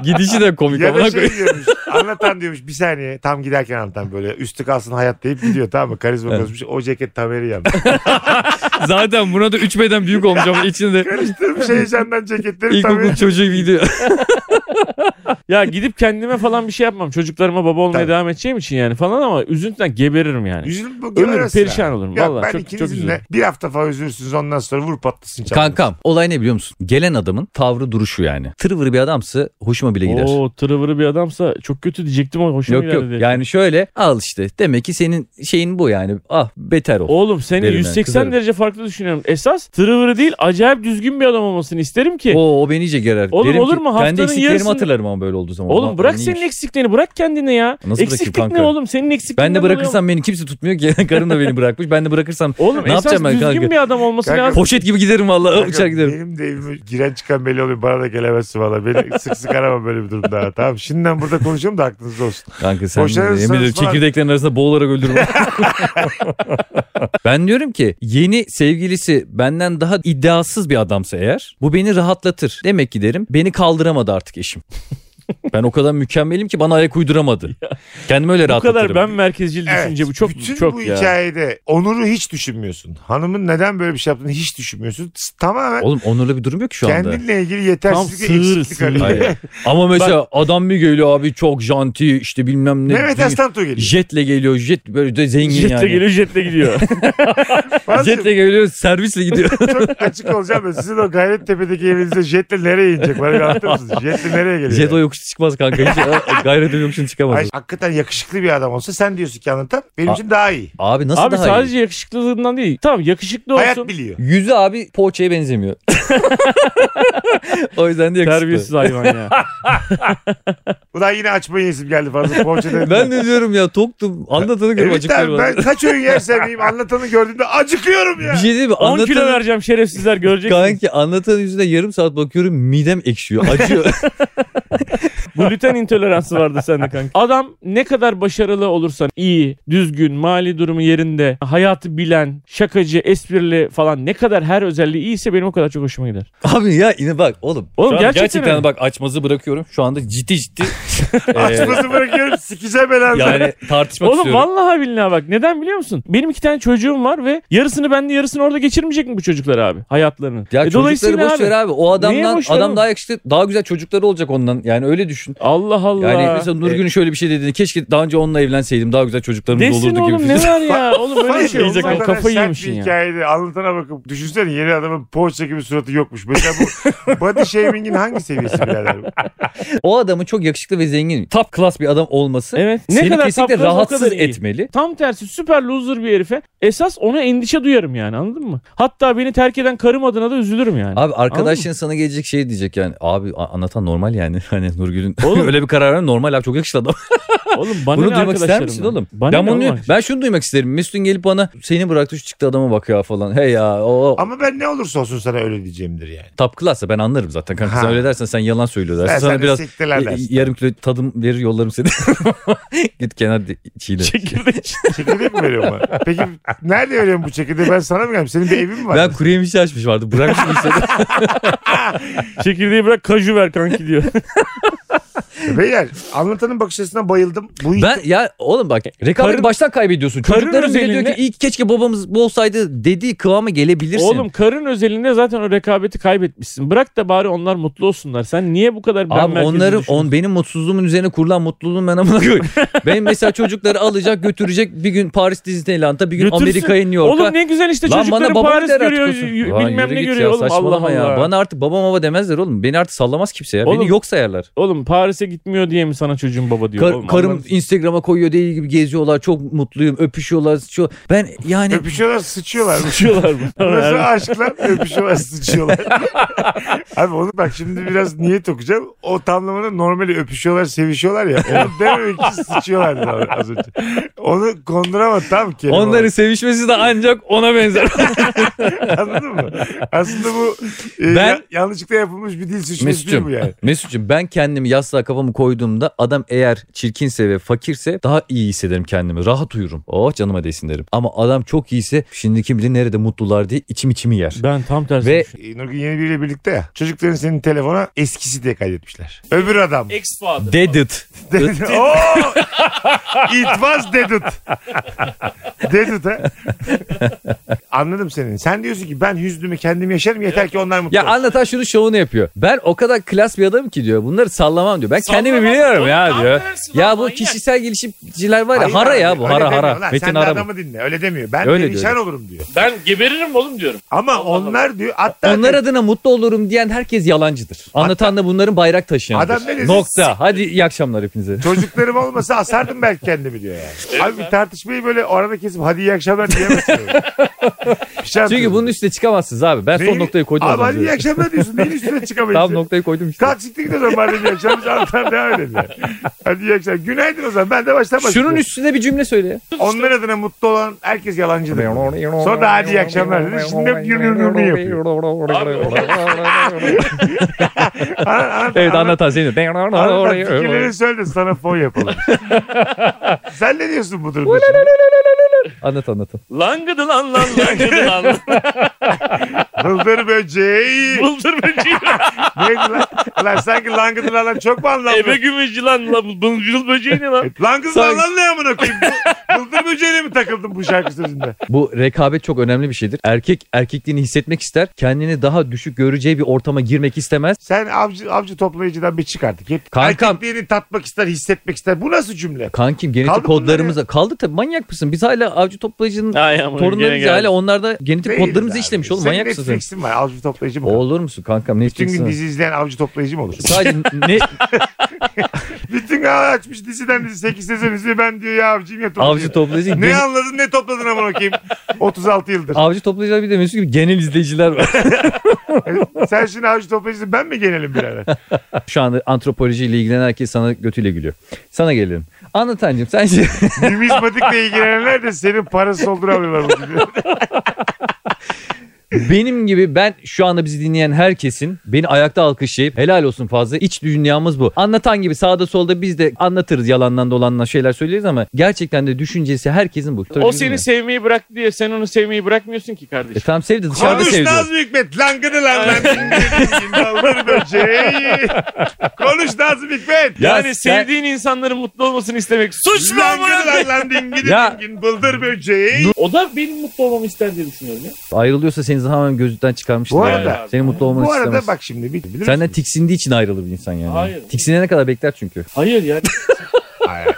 Speaker 2: Gidişi de komik
Speaker 1: Ya da
Speaker 2: amına koyayım.
Speaker 1: şey diyormuş. Anlatan diyormuş bir saniye. Tam giderken anlatan böyle üstü kalsın hayat deyip gidiyor tamam mı? Karizma
Speaker 2: Evet.
Speaker 1: bozmuş. O ceket tameri yandı.
Speaker 2: Zaten buna da 3 beden büyük olmuş ama içinde
Speaker 1: Karıştırmış heyecandan ceketleri
Speaker 2: ilkokul
Speaker 1: tameri.
Speaker 2: çocuğu gibi gidiyor.
Speaker 3: Ya gidip kendime falan bir şey yapmam. Çocuklarıma baba olmaya
Speaker 1: Tabii.
Speaker 3: devam edeceğim için yani falan ama üzüntüden geberirim yani.
Speaker 1: Üzülüp bu
Speaker 3: Hani Ölürüm
Speaker 1: görürsün
Speaker 3: perişan
Speaker 1: ha.
Speaker 3: olurum.
Speaker 1: Ya
Speaker 3: Vallahi
Speaker 1: ben
Speaker 3: çok, çok
Speaker 1: ikinizin
Speaker 3: üzülürüm.
Speaker 1: de bir hafta falan üzülürsünüz ondan sonra vur patlasın çabuk.
Speaker 2: *laughs* Kankam olay ne biliyor musun? Gelen adamın tavrı duruşu yani. Tırvırı bir adamsa hoşuma bile gider.
Speaker 3: Oo tırıvırı bir adamsa çok kötü diyecektim ama hoşuma
Speaker 2: yok yok
Speaker 3: giderdi.
Speaker 2: yani şöyle al işte demek ki senin şeyin bu yani ah beter ol.
Speaker 3: Oğlum seni
Speaker 2: Derim yani,
Speaker 3: 180
Speaker 2: kızarım.
Speaker 3: derece farklı düşünüyorum. Esas tırıvırı değil acayip düzgün bir adam olmasını isterim ki.
Speaker 2: O, o beni iyice gerer.
Speaker 3: Oğlum
Speaker 2: Derim
Speaker 3: olur
Speaker 2: ki,
Speaker 3: mu?
Speaker 2: Kendi
Speaker 3: Haftanın
Speaker 2: eksiklerimi
Speaker 3: yarısını-
Speaker 2: hatırlarım ama böyle olduğu zaman. Ulan
Speaker 3: Oğlum bırak
Speaker 2: ben
Speaker 3: senin
Speaker 2: iyiyim.
Speaker 3: eksikliğini bırak kendini ya.
Speaker 2: Nasıl
Speaker 3: Eksiklik
Speaker 2: bırakayım
Speaker 3: ne
Speaker 2: kanka?
Speaker 3: oğlum senin eksikliğin
Speaker 2: Ben de bırakırsam beni kimse tutmuyor ki. *laughs* Karım da beni bırakmış. Ben de bırakırsam
Speaker 3: Oğlum
Speaker 2: Ne
Speaker 3: esas
Speaker 2: yapacağım ben
Speaker 3: düzgün
Speaker 2: kanka?
Speaker 3: bir adam olması
Speaker 1: Kanka-
Speaker 3: lazım.
Speaker 2: poşet gibi giderim vallahi.
Speaker 3: ıı,
Speaker 1: Kanka,
Speaker 2: Uçar giderim.
Speaker 1: Benim de evime giren çıkan belli oluyor. Bana da gelemezsin valla. Beni sık sık arama böyle bir durumda. *laughs* ha, Tamam şimdiden burada konuşuyorum da aklınızda olsun.
Speaker 2: Kanka sen de,
Speaker 1: Boşanırsanız
Speaker 2: yemin ederim
Speaker 1: falan.
Speaker 2: çekirdeklerin arasında boğularak öldürürüm.
Speaker 3: *laughs*
Speaker 2: ben diyorum ki yeni sevgilisi benden daha iddiasız bir adamsa eğer bu beni rahatlatır. Demek ki derim beni kaldıramadı artık
Speaker 3: *laughs*
Speaker 2: eşim. Ben o kadar mükemmelim ki bana ayak uyduramadı. Kendimi öyle
Speaker 3: Bu
Speaker 2: rahatlatırım.
Speaker 3: kadar ben merkezcil
Speaker 1: Evet.
Speaker 3: düşünce bu çok
Speaker 1: Bütün
Speaker 3: çok
Speaker 1: bu
Speaker 3: ya.
Speaker 1: hikayede Onur'u hiç düşünmüyorsun. Hanımın neden böyle bir şey yaptığını hiç düşünmüyorsun. S- Tamamen
Speaker 2: Oğlum Onur'la bir durum yok ki şu anda.
Speaker 1: kendinle ilgili
Speaker 3: Tam
Speaker 1: yetersizlik ve
Speaker 3: sığır
Speaker 1: eksiklik arıyor.
Speaker 3: *laughs*
Speaker 2: Hayır. Ama mesela adam bir geliyor abi çok janti işte bilmem ne.
Speaker 1: *laughs* Mehmet Aslantu geliyor.
Speaker 2: Jetle geliyor jet böyle de zengin
Speaker 3: Jetle
Speaker 2: yani.
Speaker 3: geliyor jetle gidiyor.
Speaker 1: Fazla
Speaker 2: Jetle geliyor servisle gidiyor.
Speaker 1: çok açık olacağım. ben. Sizin o Gayrettepe'deki evinizde jetle nereye inecek? Bana bir anlatır mısınız? Jetle nereye geliyor?
Speaker 2: Jet o yokuşu çıkmaz kanka. Hiç e, gayretim yokuşunu çıkamaz.
Speaker 1: Ay, hakikaten yakışıklı bir adam olsa sen diyorsun ki anlatan benim için daha iyi.
Speaker 2: Abi *laughs* nasıl
Speaker 3: Abi
Speaker 2: daha
Speaker 3: sadece
Speaker 2: iyi?
Speaker 3: yakışıklılığından değil. Tamam yakışıklı olsun.
Speaker 1: Hayat biliyor.
Speaker 2: Yüzü abi poğaçaya *laughs* benzemiyor. o yüzden de yakışıklı. *laughs*
Speaker 3: Terbiyesiz hayvan ya.
Speaker 1: *laughs* Ulan yine açmayı yesim geldi fazla. Poğaça dedim.
Speaker 2: Ben de diyorum ya toktum. Anlatanı görüp
Speaker 1: Evet abi
Speaker 2: acıkıyorum.
Speaker 1: ben kaç öğün yersem yiyeyim anlatanı gördüğümde acıkıyorum ya.
Speaker 2: Bir şey değil mi?
Speaker 3: 10 kilo
Speaker 2: Anlatanın,
Speaker 3: vereceğim şerefsizler göreceksiniz.
Speaker 2: kanki anlatanın yüzüne yarım saat bakıyorum midem ekşiyor. Acıyor. *laughs*
Speaker 3: Gluten intoleransı vardı sende kanka. Adam ne kadar başarılı olursan iyi, düzgün, mali durumu yerinde, hayatı bilen, şakacı, esprili falan ne kadar her özelliği iyiyse benim o kadar çok hoşuma hoşuma gider.
Speaker 2: Abi ya yine bak oğlum.
Speaker 3: Oğlum
Speaker 2: şu an
Speaker 3: gerçekten
Speaker 2: gerçekten,
Speaker 3: mi?
Speaker 2: bak açmazı bırakıyorum. Şu anda ciddi
Speaker 1: *laughs*
Speaker 2: ciddi. eee,
Speaker 1: Açmasını bırakıyorum sikeceğim herhalde.
Speaker 2: Ee, yani tartışmak
Speaker 3: Oğlum
Speaker 2: istiyorum.
Speaker 3: vallahi billahi bak neden biliyor musun? Benim iki tane çocuğum var ve yarısını bende yarısını orada geçirmeyecek mi bu çocuklar abi? Hayatlarını.
Speaker 2: Ya
Speaker 3: E,
Speaker 2: çocukları boş ver abi. O
Speaker 3: Niye
Speaker 2: adamdan
Speaker 3: boş ver
Speaker 2: adam
Speaker 3: oğlum?
Speaker 2: daha yakışıklı, daha güzel çocukları olacak ondan. Yani öyle düşün.
Speaker 3: Allah Allah.
Speaker 2: Yani mesela Nurgül'ün şöyle bir şey dediğini keşke daha önce onunla evlenseydim daha güzel çocuklarımız
Speaker 3: Desin
Speaker 2: olurdu gibi.
Speaker 3: oğlum
Speaker 2: bir
Speaker 3: ne
Speaker 2: şey.
Speaker 3: var ya? Oğlum öyle bir şey
Speaker 1: Hayır,
Speaker 3: olmaz.
Speaker 1: bu kadar
Speaker 3: Kafayı
Speaker 1: sert
Speaker 3: yemişsin
Speaker 1: bir
Speaker 3: ya.
Speaker 1: hikayede anlatana bakıp düşünsene yeni adamın poğaça gibi suratı yokmuş. Mesela bu body shaming'in hangi seviyesi birader? bu?
Speaker 2: O adamın çok yakışıklı ve zengin, top class bir adam olması
Speaker 3: Evet. Ne
Speaker 2: seni
Speaker 3: kadar
Speaker 2: kesinlikle
Speaker 3: taptığınız o
Speaker 2: rahatsız
Speaker 3: kadar iyi.
Speaker 2: etmeli.
Speaker 3: Tam tersi süper loser bir herife esas ona endişe duyarım yani anladın mı? Hatta beni terk eden karım adına da üzülürüm yani.
Speaker 2: Abi arkadaşın sana gelecek şey diyecek yani abi a- anlatan normal yani *laughs* hani Nurgül'ün *laughs*
Speaker 3: Oğlum.
Speaker 2: öyle bir karar verme normal abi çok yakışıklı adam.
Speaker 3: Oğlum bana
Speaker 2: bunu
Speaker 3: ne
Speaker 2: duymak ister
Speaker 3: arkadaşlarımdan?
Speaker 2: misin oğlum?
Speaker 3: Bana
Speaker 2: ben
Speaker 3: ne
Speaker 2: bunu
Speaker 3: oğlum?
Speaker 2: ben şunu duymak isterim. Mesut'un gelip bana seni bıraktı şu çıktı adama bak ya falan. Hey ya o o-
Speaker 1: Ama ben ne olursa olsun sana öyle diyeceğimdir yani.
Speaker 2: top class'a ben anlarım zaten kanka sen
Speaker 1: Ha.
Speaker 2: öyle dersen sen yalan söylüyor dersin.
Speaker 1: Ben
Speaker 2: sana
Speaker 1: sana
Speaker 2: biraz
Speaker 1: siktirler
Speaker 2: y-
Speaker 1: dersin.
Speaker 2: yarım kilo tadım verir yollarım
Speaker 3: *laughs*
Speaker 2: seni. Git kenar di- çiğne.
Speaker 3: Çekirdek.
Speaker 1: Çekirdek mi veriyorum bana? Peki nerede veriyorum bu çekirdeği? Ben sana mı geldim? Senin bir evin mi var?
Speaker 2: Ben kuru yemişçi açmış vardı. Bırakmış işte.
Speaker 3: *laughs* Çekirdeği bırak kaju ver kanki diyor.
Speaker 1: E Beyler anlatanın bakış açısına bayıldım. Bu
Speaker 2: ben ya oğlum bak rekabeti
Speaker 3: Karın-
Speaker 2: baştan kaybediyorsun.
Speaker 3: karın
Speaker 2: Çocukların bile diyor
Speaker 3: özelinde-
Speaker 2: ki iyi ki keşke babamız bu olsaydı dediği kıvama gelebilirsin.
Speaker 3: Oğlum karın özelinde zaten o rekabeti kaybetmişsin. Bırak da bari onlar mutlu olsunlar. Sen niye bu kadar ben
Speaker 2: Abi
Speaker 3: merkezli
Speaker 2: onları
Speaker 3: düşünüyorsun?
Speaker 2: on benim mutsuzluğumun üzerine kurulan mutluluğum ben amına
Speaker 3: *laughs*
Speaker 2: koyayım. ben mesela çocukları alacak götürecek bir gün Paris Disneyland'a bir gün
Speaker 3: Götürsün.
Speaker 2: Amerika'ya New York'a.
Speaker 3: Oğlum ne güzel işte
Speaker 2: Lan
Speaker 3: çocukların
Speaker 2: bana baba
Speaker 3: Paris
Speaker 2: der artık
Speaker 3: görüyor,
Speaker 2: olsun.
Speaker 3: y-
Speaker 2: Lan
Speaker 3: bilmem
Speaker 2: yürü
Speaker 3: ne
Speaker 2: git
Speaker 3: görüyor oğlum Allah
Speaker 2: saçmalama
Speaker 3: Allah.
Speaker 2: ya. Bana artık baba baba demezler oğlum. Beni artık sallamaz kimse ya.
Speaker 3: Oğlum-
Speaker 2: Beni yok sayarlar.
Speaker 3: Oğlum Paris'e gitmiyor diye mi sana çocuğun baba diyor?
Speaker 2: Kar-
Speaker 3: oğlum,
Speaker 2: karım
Speaker 3: *laughs* Allah'ım.
Speaker 2: Instagram'a koyuyor değil gibi geziyorlar. Çok mutluyum. Öpüşüyorlar. Şu ben yani
Speaker 1: öpüşüyorlar sıçıyorlar.
Speaker 2: *laughs*
Speaker 3: Sıçıyorlar mı?
Speaker 1: Nasıl aşklar öpüşüyorlar sıçıyorlar. Abi onu bak şimdi biraz niyet okuyacağım. O tamlamada normali öpüşüyorlar sevişiyorlar ya. Onu dememek ki sıçıyorlardı abi az
Speaker 2: *laughs*
Speaker 1: önce. Onu konduramadı tam kelime.
Speaker 2: onların sevişmesi de ancak ona benzer.
Speaker 1: olarak. Anladın mı? Aslında bu e,
Speaker 2: Ben-
Speaker 1: ya- yanlışlıkla yapılmış bir dil suçması değil
Speaker 2: Mesut'cum.
Speaker 1: bu yani.
Speaker 2: Mesut'cum ben kendimi yastığa kafamı koyduğumda adam eğer çirkinse ve fakirse daha iyi hissederim kendimi. Rahat uyurum. Oh canıma değsin derim. Ama adam çok iyiyse şimdi kim bilir nerede mutlular diye içim içimi yer.
Speaker 3: Ben tam tersi
Speaker 2: Ve-
Speaker 3: düşünüyorum.
Speaker 1: E, Nurgül yeni biriyle birlikte ya. Çocukların senin telefona eskisi diye kaydetmişler. Öbür adam.
Speaker 3: E,
Speaker 1: *laughs*
Speaker 2: Dead it.
Speaker 1: Oo! It was dead it. Dead it ha. Anladım seni. Sen diyorsun ki ben hüznümü kendim yaşarım yeter ki onlar mutlu
Speaker 2: Ya
Speaker 1: olsun.
Speaker 2: anlatan şunu şovunu yapıyor. Ben o kadar klas bir adamım ki diyor. Bunları sallamam diyor. Ben kendimi biliyorum ya diyor. Ya bu kişisel gelişimciler var ya
Speaker 1: Hayır
Speaker 2: hara
Speaker 1: abi,
Speaker 2: ya bu
Speaker 1: öyle
Speaker 2: hara
Speaker 1: demiyor
Speaker 2: hara.
Speaker 1: lan.
Speaker 2: Metin
Speaker 1: Sen de
Speaker 2: hara bu.
Speaker 1: adamı dinle öyle demiyor. Ben
Speaker 2: Öyle
Speaker 1: perişan
Speaker 2: diyor.
Speaker 1: olurum diyor.
Speaker 4: Ben geberirim oğlum diyorum.
Speaker 1: Ama onlar diyor hatta
Speaker 2: Onlar adına mutlu olurum diyen herkes yalancıdır. Anlatan da bunların bayrak taşıyanıdır.
Speaker 1: Adam ne dedi?
Speaker 2: Nokta. Hadi iyi akşamlar hepinize.
Speaker 1: çocuklarım olmasa asardım belki kendimi diyor yani. abi bir tartışmayı böyle arada kesip hadi iyi akşamlar
Speaker 2: *laughs*
Speaker 1: diyemezsin. şey öyle. Bir şey
Speaker 2: Çünkü
Speaker 1: yapıyorsun.
Speaker 2: bunun üstüne çıkamazsınız abi. Ben son
Speaker 1: Neyi-
Speaker 2: noktayı koydum. az
Speaker 1: Abi hadi
Speaker 2: önce.
Speaker 1: iyi akşamlar diyorsun. Neyin üstüne çıkamayız?
Speaker 2: Tam noktayı koydum işte.
Speaker 1: Kalk siktir git o zaman madem iyi akşamlar. Biz anlatan devam edelim. yani. Hadi iyi akşamlar. Günaydın o zaman. Ben de baştan
Speaker 2: Şunun
Speaker 1: başlayayım.
Speaker 2: üstüne bir cümle söyle. ya.
Speaker 1: Onlar adına mutlu olan herkes yalancıdır. Sonra da hadi iyi akşamlar dedi. Şimdi hep yürü yürü yürü yapıyor. Ana- ana-
Speaker 2: *laughs* Evet
Speaker 1: ana-
Speaker 2: anlatan seni.
Speaker 1: ana- ana- fikirlerini söyle de sana fon
Speaker 2: *laughs*
Speaker 1: yapalım. Sen ne diyorsun bu durumda? şimdi?
Speaker 2: Anlat anlat.
Speaker 3: Lan gıdı lan lan lan gıdı lan. *laughs*
Speaker 1: Hıldır böceği.
Speaker 3: Bıldır böceği.
Speaker 1: Neydi lan? Lan sanki langıdır lan çok mu
Speaker 3: *laughs* Ebe
Speaker 1: anlamlı?
Speaker 3: gümeci lan lan. Bıldır böceği ne lan?
Speaker 1: Langıdır lan lan ne amına koyayım? Bu- Hıldır böceğine mi takıldım bu şarkı sözünde?
Speaker 2: Bu rekabet çok önemli bir şeydir. Erkek erkekliğini hissetmek ister. Kendini daha düşük göreceği bir ortama girmek istemez.
Speaker 1: Sen avcı, avcı toplayıcıdan bir çık artık. Hep
Speaker 2: Kankam.
Speaker 1: erkekliğini tatmak ister, hissetmek ister. Bu nasıl cümle?
Speaker 2: Kankim genetik
Speaker 1: Kaldı
Speaker 2: kodlarımıza kaldı tabii manyak mısın? Biz hala avcı toplayıcının
Speaker 3: Ay aman, gene
Speaker 2: torunlarımız
Speaker 3: geldi.
Speaker 2: hala onlarda genetik
Speaker 1: Değiliz
Speaker 2: kodlarımızı
Speaker 1: abi.
Speaker 2: işlemiş oğlum
Speaker 1: Senin
Speaker 2: manyak mısın? sen?
Speaker 1: Netflix'in var. Avcı toplayıcı mı?
Speaker 2: O Olur musun kankam?
Speaker 1: Bütün
Speaker 2: Netflix'in
Speaker 1: gün
Speaker 2: var.
Speaker 1: dizi izleyen avcı toplayıcı mı olur?
Speaker 2: Sadece
Speaker 1: *laughs*
Speaker 2: ne
Speaker 1: Bütün ağ açmış diziden dizi 8 sezon izliyor. Ben diyor ya avcıyım ya toplayıcı.
Speaker 2: avcı toplayıcı
Speaker 1: Ne anladın ne topladın amına koyayım 36 yıldır.
Speaker 2: Avcı toplayıcılar bir de Mesut gibi genel izleyiciler
Speaker 1: *laughs*
Speaker 2: var.
Speaker 1: Sen şimdi avcı toplayıcısın ben mi gelelim birader?
Speaker 2: Şu anda antropolojiyle ilgilenen herkes sana götüyle gülüyor. Sana gelelim. Anlatancığım sence *laughs*
Speaker 1: Numizmatikle ilgilenenler de senin parasız dolduramıyorlar bu gibi.
Speaker 2: Benim gibi ben şu anda bizi dinleyen herkesin beni ayakta alkışlayıp helal olsun fazla iç dünyamız bu. Anlatan gibi sağda solda biz de anlatırız yalandan dolandan şeyler söyleriz ama gerçekten de düşüncesi herkesin bu.
Speaker 3: O seni sevmeyi bırak diye sen onu sevmeyi bırakmıyorsun ki
Speaker 2: e,
Speaker 3: kardeşim.
Speaker 2: tamam sevdi dışarıda
Speaker 1: Konuş
Speaker 2: sevdi.
Speaker 1: Nazım Hikmet. Lan gıdı lan lan. Dalgalı böceği. Konuş Nazım Hikmet.
Speaker 2: Ya
Speaker 3: yani
Speaker 2: sen-
Speaker 3: sevdiğin insanların mutlu olmasını istemek suç mu? amına
Speaker 1: Langır
Speaker 3: koyayım?
Speaker 1: lan lan dingidi
Speaker 2: Ya.
Speaker 1: dingin bıldır böceği.
Speaker 3: O da benim mutlu olmamı ister diye düşünüyorum ya.
Speaker 2: Ayrılıyorsa seni tamamen gözlükten çıkarmıştır.
Speaker 1: Bu
Speaker 2: yani.
Speaker 1: arada-
Speaker 2: Senin mutlu olmanı
Speaker 1: Bu arada
Speaker 2: istemez.
Speaker 1: bak şimdi bil- bilir
Speaker 2: Senden
Speaker 1: misin?
Speaker 2: tiksindiği için ayrılır bir insan yani.
Speaker 3: Hayır.
Speaker 2: Tiksinene kadar bekler çünkü.
Speaker 3: Hayır ya.
Speaker 1: Hayır.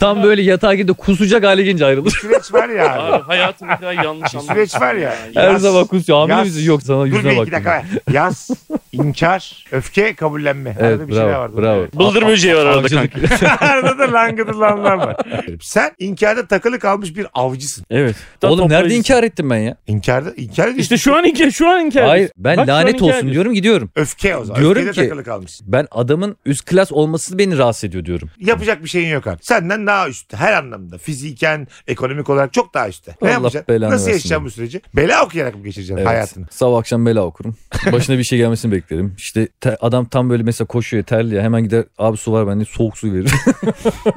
Speaker 2: Tam böyle yatağa gidip kusacak hale gelince
Speaker 3: *laughs*
Speaker 2: ayrılır.
Speaker 1: Süreç var ya
Speaker 3: *laughs* Abi
Speaker 1: abi.
Speaker 3: hayatım ne kadar yanlış anlamışsın.
Speaker 1: Süreç var ya.
Speaker 2: Her
Speaker 1: Yaz.
Speaker 2: zaman kusuyor. Hamile
Speaker 1: Yaz.
Speaker 2: misin? Yok sana
Speaker 1: Dur
Speaker 2: yüzüne
Speaker 1: bir
Speaker 2: bak.
Speaker 1: iki dakika. Yaz, inkar, öfke, kabullenme.
Speaker 2: Evet
Speaker 1: Arada bir şeyler
Speaker 2: bravo.
Speaker 1: vardı.
Speaker 2: bravo.
Speaker 3: Bıldır böceği var arada
Speaker 2: Avcılık.
Speaker 1: *laughs*
Speaker 3: kanka.
Speaker 1: Arada da langıdı lanlar var. Sen inkarda takılı kalmış bir avcısın.
Speaker 3: *laughs* Evet.
Speaker 2: Oğlum nerede inkar ettim ben ya?
Speaker 1: İnkarda, inkar ediyorsun.
Speaker 3: İşte şu an inkar, şu an inkar.
Speaker 2: Hayır
Speaker 3: ediyorsun.
Speaker 2: ben
Speaker 3: Bak şu an
Speaker 2: lanet
Speaker 3: inkar
Speaker 2: olsun
Speaker 3: ediyorsun.
Speaker 2: diyorum gidiyorum.
Speaker 1: Öfke o zaman.
Speaker 2: Diyorum
Speaker 1: Öfkede
Speaker 2: ki-
Speaker 1: takılı kalmışsın.
Speaker 2: Ben adamın üst klas olması beni rahatsız ediyor diyorum.
Speaker 1: Yapacak bir şeyin yok artık. Senden daha üstte her anlamda. Fiziken, ekonomik olarak çok daha üstte. Ne
Speaker 2: Allah
Speaker 1: yapacaksın?
Speaker 2: belanı
Speaker 1: Nasıl
Speaker 2: versin
Speaker 1: yaşayacaksın bu süreci? Bela okuyarak mı geçireceksin
Speaker 2: Evet.
Speaker 1: hayatını?
Speaker 2: Sabah akşam bela okurum. Başına bir şey gelmesini beklerim. İşte te- adam tam böyle mesela koşuyor terliyor. Hemen gider abi su var bende soğuk su verir.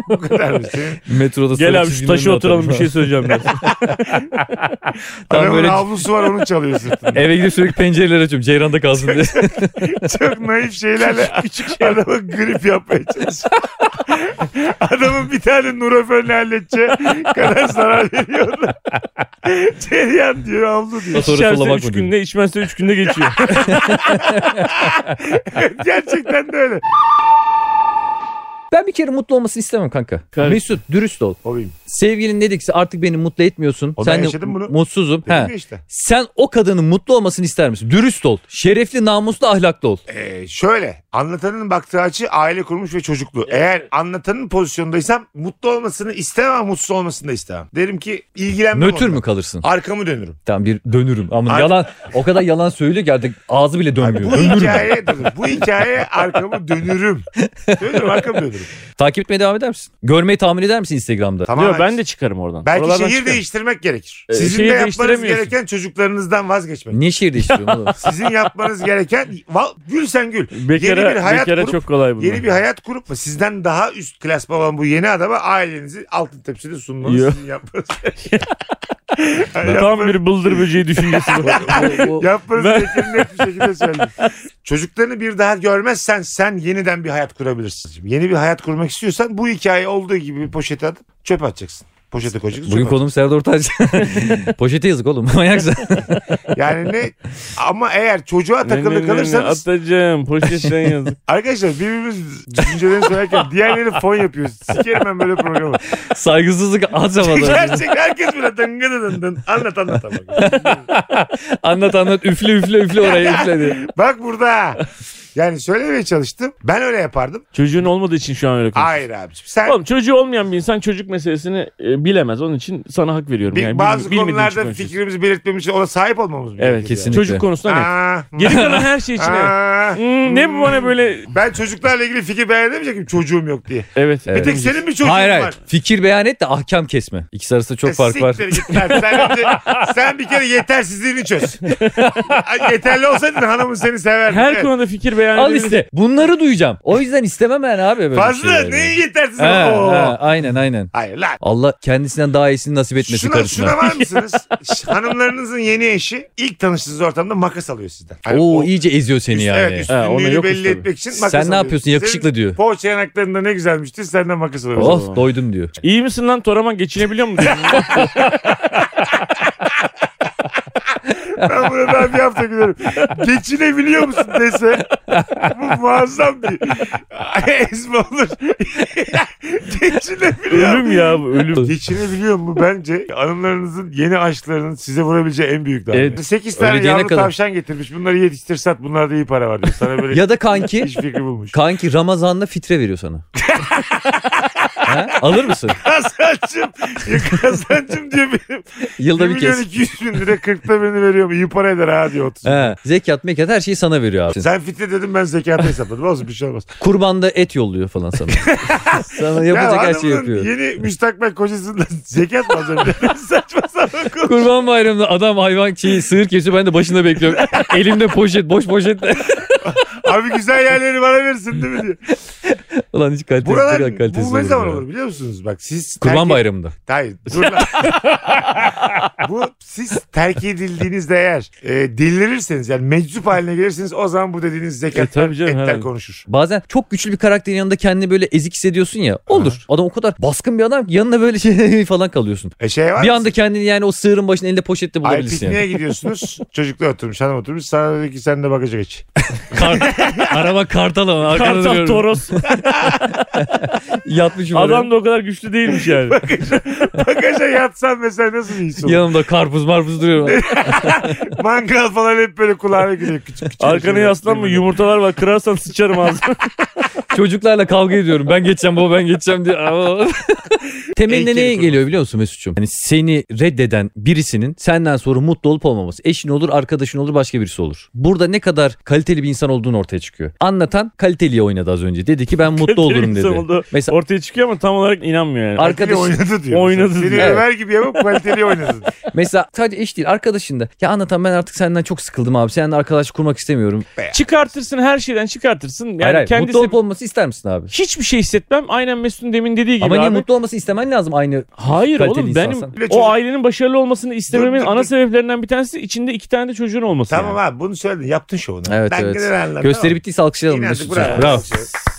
Speaker 1: Bu kadar mı senin?
Speaker 2: *laughs* Metroda
Speaker 3: Gel
Speaker 2: sarı
Speaker 3: abi şu
Speaker 2: çizgilerini
Speaker 3: taşı
Speaker 2: atarım
Speaker 3: oturalım bir
Speaker 2: falan.
Speaker 3: şey söyleyeceğim ben.
Speaker 2: Tam
Speaker 1: Adamın
Speaker 2: böyle-
Speaker 1: havlusu var onu çalıyor
Speaker 2: *laughs*
Speaker 1: sırtında.
Speaker 3: şey
Speaker 2: Eve gidip sürekli pencereleri açıyorum. Ceyranda kalsın
Speaker 3: *laughs*
Speaker 2: diye.
Speaker 1: Çok naif şeylerle küçük
Speaker 2: şey.
Speaker 1: adamı grip yapmaya
Speaker 2: *laughs*
Speaker 1: çalışıyor. Adamın bir tane nurofenle halledeceği kadar zarar
Speaker 2: *laughs*
Speaker 1: veriyor. da. Ceryan diyor havlu diyor.
Speaker 2: Sonra sola
Speaker 3: İçerse
Speaker 2: bakma
Speaker 3: 3
Speaker 2: diyor.
Speaker 3: günde içmezse 3 günde geçiyor.
Speaker 1: Gerçekten de öyle.
Speaker 2: Ben bir kere mutlu olmasını istemem kanka.
Speaker 3: Kanka.
Speaker 2: Mesut dürüst ol.
Speaker 1: Hobim.
Speaker 2: Sevgilin dedikse artık beni mutlu etmiyorsun.
Speaker 1: O da
Speaker 2: Sen de
Speaker 1: yaşadım bunu.
Speaker 2: mutsuzum.
Speaker 1: Dedim
Speaker 2: He.
Speaker 1: ya işte.
Speaker 2: Sen o kadının mutlu olmasını ister misin? Dürüst ol. Şerefli, namuslu, ahlaklı ol.
Speaker 1: Ee, şöyle anlatanın baktığı açı aile kurmuş ve çocuklu. Eğer anlatanın pozisyonundaysam mutlu olmasını istemem mutsuz olmasını da istemem. Derim ki ilgilenmem.
Speaker 2: Nötr
Speaker 1: onunla.
Speaker 2: mü kalırsın?
Speaker 1: Arkamı dönürüm.
Speaker 2: Tamam bir dönürüm. Ama
Speaker 1: Abi-
Speaker 2: yalan o kadar yalan söylüyor ki artık ağzı bile dönmüyor.
Speaker 1: Bu
Speaker 2: Dönürüm. ben.
Speaker 1: hikaye dur, bu hikaye arkamı dönürüm. Dönürüm arkamı dönürüm.
Speaker 2: Takip etmeye devam eder misin? Görmeyi tahmin eder misin
Speaker 1: *laughs*
Speaker 2: Instagram'da?
Speaker 1: Tamam.
Speaker 3: Diyor ben de çıkarım oradan.
Speaker 1: Belki
Speaker 3: Oralardan
Speaker 1: şehir
Speaker 3: çıkarım.
Speaker 1: değiştirmek gerekir.
Speaker 3: Ee,
Speaker 1: Sizin
Speaker 3: şehir
Speaker 1: de yapmanız
Speaker 3: değiştiremiyorsun.
Speaker 1: gereken çocuklarınızdan vazgeçmek.
Speaker 2: Niye şehir
Speaker 1: *laughs*
Speaker 2: değiştiriyorsun oğlum?
Speaker 1: Sizin yapmanız gereken Va- gül sen gül.
Speaker 3: Bekara,
Speaker 1: yeni bir hayat
Speaker 3: bekara
Speaker 1: kurup
Speaker 3: çok kolay bunlar.
Speaker 1: Yeni bir hayat kurup mu? Sizden daha üst klas olan bu yeni adama ailenizi altın tepside sunmanız
Speaker 3: Yok.
Speaker 1: sizin yapmanız.
Speaker 3: Tam bir bıldır böceği düşüncesi
Speaker 1: *laughs*
Speaker 3: bu.
Speaker 2: O-
Speaker 1: *laughs*
Speaker 2: o-
Speaker 1: Yapmanız
Speaker 3: Ben-
Speaker 1: gerekeni net bir şekilde söyledim. Çocuklarını bir daha görmezsen sen yeniden bir hayat kurabilirsin. Şimdi yeni bir hayat kurmak istiyorsan bu hikaye olduğu gibi bir poşete atıp çöp atacaksın. Poşete koyacaksın.
Speaker 2: Bugün
Speaker 1: çöp atacaksın.
Speaker 2: konum Serdar Ortaç. *laughs* Poşete yazık oğlum. *laughs* Manyaksın.
Speaker 1: Yani ne ama eğer çocuğa
Speaker 3: Ne, ne, ne,
Speaker 1: takılı
Speaker 3: ne,
Speaker 1: kalırsanız
Speaker 3: Atacağım poşetten yazık.
Speaker 1: Arkadaşlar birbirimiz düşüncelerini söylerken diğerleri fon yapıyor. Sikerim ben böyle
Speaker 3: *laughs*
Speaker 1: programı.
Speaker 2: Saygısızlık az zamanda.
Speaker 1: Gerçekten herkes böyle dın gıdı dın dın. Anlat anlat ama.
Speaker 2: anlat anlat üfle üfle üfle oraya üfle diye.
Speaker 1: Bak burada. Yani söylemeye çalıştım. Ben öyle yapardım.
Speaker 3: Çocuğun olmadığı için şu an öyle konuşuyorsun.
Speaker 1: Hayır abiciğim. Sen
Speaker 3: Oğlum çocuğu olmayan bir insan çocuk meselesini e, bilemez. Onun için sana hak veriyorum.
Speaker 1: bir-
Speaker 3: yani,
Speaker 1: bazı
Speaker 3: bilmi- bilmediğin için
Speaker 1: konularda
Speaker 3: konuşuyorsun.
Speaker 1: fikrimizi belirtmemiz için ona sahip olmamız gerekiyor.
Speaker 3: Evet
Speaker 2: kesinlikle.
Speaker 3: Çocuk konusunda ne?
Speaker 1: Aa,
Speaker 3: Geri kalan her şey için evet.
Speaker 1: aa,
Speaker 3: Hmm, ne bu bana böyle...
Speaker 1: Ben çocuklarla ilgili fikir beyan edemeyecek miyim çocuğum yok diye.
Speaker 3: Evet.
Speaker 1: Bir tek senin bir çocuğun
Speaker 2: Hayır
Speaker 1: var.
Speaker 2: hayır. Fikir beyan et de ahkam kesme. İkisi arasında çok
Speaker 1: E,
Speaker 2: fark var.
Speaker 1: siktir git lan. Sen,
Speaker 2: *laughs*
Speaker 1: önce- sen bir kere yetersizliğini çöz. Ay, Yeterli olsaydın hanımın seni severdi.
Speaker 3: Her
Speaker 1: Evet.
Speaker 3: konuda fikir beyan
Speaker 2: Al
Speaker 3: edebilirsin.
Speaker 2: işte. Bunları duyacağım. O yüzden istemem ben abi böyle
Speaker 1: Fazla
Speaker 2: şeyleri.
Speaker 1: neyi yetersiz?
Speaker 2: He,
Speaker 1: Oo.
Speaker 2: he, aynen aynen.
Speaker 1: Hayır lan.
Speaker 2: Allah kendisinden daha iyisini nasip etmesin
Speaker 1: Şuna,
Speaker 2: karısına.
Speaker 1: şuna var
Speaker 2: *laughs*
Speaker 1: mısınız? Ş- Hanımlarınızın yeni eşi ilk tanıştığınız ortamda makas alıyor sizden. Hani
Speaker 2: Oo
Speaker 1: o
Speaker 2: iyice eziyor seni
Speaker 1: üst-
Speaker 2: yani.
Speaker 1: Evet,
Speaker 3: Ha, ona
Speaker 1: üstünlüğünü
Speaker 3: yokmuş
Speaker 1: belli
Speaker 3: tabii.
Speaker 1: etmek için makas
Speaker 2: Sen
Speaker 1: alıyor.
Speaker 2: ne yapıyorsun yakışıklı
Speaker 1: Senin
Speaker 2: diyor.
Speaker 1: Poğaça yanaklarında ne güzelmişti senden makas alıyor.
Speaker 2: Oh doydum diyor.
Speaker 3: İyi misin lan Toraman
Speaker 1: *laughs*
Speaker 3: geçinebiliyor musun?
Speaker 1: Ben buna daha bir hafta giderim. Geçinebiliyor musun dese bu muazzam bir ezme olur. *laughs* Geçinebiliyor
Speaker 3: ölüm ya bu ölüm.
Speaker 1: Geçinebiliyor mu bence? Hanımlarınızın yeni aşklarının size vurabileceği en büyük darbe.
Speaker 2: Evet.
Speaker 1: 8 tane
Speaker 2: Öyle diyene
Speaker 1: yavru
Speaker 2: kadar.
Speaker 1: tavşan getirmiş. Bunları yetiştir sat. Bunlarda iyi para var diyor. Sana böyle
Speaker 2: Ya da kanki
Speaker 1: hiç fikri bulmuş. *laughs*
Speaker 2: kanki Ramazan'da fitre veriyor sana. Ha? Alır mısın?
Speaker 1: kazancım, ya kazancım diyor benim. 1
Speaker 2: Yılda bir
Speaker 1: milyon
Speaker 2: kez.
Speaker 1: 200 bin lira 40'ta birini veriyorum. İyi para eder ha diyor 30.
Speaker 2: He, zekat mekat her şeyi sana veriyor abi.
Speaker 1: Sen fitre dedin ben zekatı hesapladım. Olsun bir şey olmaz.
Speaker 2: Kurbanda et yolluyor
Speaker 1: *laughs*
Speaker 2: falan sana. sana yapacak
Speaker 1: Ya
Speaker 2: her şeyi
Speaker 1: hanımın
Speaker 2: yapıyor.
Speaker 1: Yeni müstakbel kocasından *laughs* zekat mı alacağım? *laughs* Saçma sapan konuş.
Speaker 2: Kurban bayramında adam hayvan şeyi sığır kesiyor ben de
Speaker 1: *laughs*
Speaker 2: başında bekliyorum. Elimde poşet *laughs* boş poşetle.
Speaker 1: Abi güzel yerleri bana versin değil mi diyor.
Speaker 2: Ulan hiç kalitesiz.
Speaker 1: Buralar
Speaker 2: ne kadar kalitesiz
Speaker 1: bu ne
Speaker 2: olur
Speaker 1: zaman
Speaker 2: ya.
Speaker 1: olur biliyor musunuz? Bak siz
Speaker 2: Kurban
Speaker 1: terk-
Speaker 2: bayramında.
Speaker 1: Hayır dur lan. *laughs* bu siz terk edildiğinizde eğer e, delirirseniz yani meczup haline gelirsiniz o zaman bu dediğiniz
Speaker 3: E,
Speaker 1: zekat
Speaker 3: tabii canım.
Speaker 1: etler
Speaker 3: herhalde.
Speaker 1: konuşur.
Speaker 2: Bazen çok güçlü bir karakterin yanında kendini böyle ezik hissediyorsun ya. Olur. Adam o kadar baskın bir adam ki yanına böyle şey *laughs* falan kalıyorsun.
Speaker 1: E şey var
Speaker 2: Bir
Speaker 1: mı?
Speaker 2: anda kendini yani o sığırın başına elinde poşetle
Speaker 1: Ay
Speaker 2: bulabilirsin
Speaker 1: pikniğe
Speaker 2: *laughs* yani.
Speaker 1: gidiyorsunuz. Çocuklar oturmuş, hanım oturmuş. Sana dedi ki sen de bagaja geç. *laughs*
Speaker 2: *laughs* araba kartal ama arkada
Speaker 3: Kartal
Speaker 2: duruyorum. *laughs*
Speaker 3: Toros.
Speaker 2: Yatmışım
Speaker 3: Adam da o kadar güçlü
Speaker 2: *laughs*
Speaker 3: değilmiş yani.
Speaker 1: Bagaja yatsan mesela nasıl iyisin?
Speaker 2: öyle. Yanımda karpuz marpuz duruyor.
Speaker 1: Mangal falan hep böyle kulağına giriyor. Küçük küçük.
Speaker 2: şey
Speaker 3: Arkana yaslanma yumurtalar var kırarsan
Speaker 2: *laughs*
Speaker 3: sıçarım ağzına.
Speaker 2: Çocuklarla kavga ediyorum. Ben geçeceğim baba ben geçeceğim diye.
Speaker 3: *laughs*
Speaker 2: Ama- Temelinde
Speaker 1: Heykeli
Speaker 2: neye
Speaker 1: kurmuş.
Speaker 2: geliyor biliyor musun Mesut'cum? Hani seni reddeden birisinin senden sonra mutlu olup olmaması. Eşin olur, arkadaşın olur, başka birisi olur. Burada ne kadar kaliteli bir insan olduğun ortaya çıkıyor. Anlatan kaliteliye oynadı az önce. Dedi ki ben mutlu olurum dedi.
Speaker 3: İnsan oldu. *laughs*
Speaker 2: Mesela
Speaker 3: Ortaya çıkıyor ama tam olarak inanmıyor yani.
Speaker 1: Kaliteli
Speaker 2: arkadaş
Speaker 1: oynadı diyor.
Speaker 3: Oynadı
Speaker 1: Seni
Speaker 3: diyor.
Speaker 1: Ömer gibi yapıp kaliteli oynadın.
Speaker 2: mesela sadece eş değil arkadaşın da ya anlatan ben artık senden çok sıkıldım abi. Seninle arkadaş kurmak istemiyorum.
Speaker 3: Çıkartırsın her şeyden çıkartırsın. Yani
Speaker 2: hayır, hayır.
Speaker 3: kendisi
Speaker 2: mutlu olup olmaması ister misin abi?
Speaker 3: hiçbir şey hissetmem. Aynen Mesut'un demin dediği Şey gibi
Speaker 2: Ama niye
Speaker 3: abi.
Speaker 2: mutlu olması istemen lazım aynı
Speaker 3: Hayır
Speaker 2: kaliteli
Speaker 3: oğlum benim
Speaker 2: insansan.
Speaker 1: Bile çocuk-
Speaker 3: o ailenin başarılı olmasını istememin
Speaker 1: Dur, dur,
Speaker 3: ana
Speaker 1: dur.
Speaker 3: sebeplerinden bir tanesi içinde iki tane de çocuğun olması.
Speaker 1: Tamam
Speaker 3: yani.
Speaker 1: abi bunu söyledin. Yaptın şovunu.
Speaker 2: Evet,
Speaker 1: ben
Speaker 2: evet.
Speaker 1: genel anlamda-
Speaker 2: Gösteri bittiyse alkışlayalım.
Speaker 1: İnandık,
Speaker 2: Mesut'u.
Speaker 1: bravo.
Speaker 2: Bravo.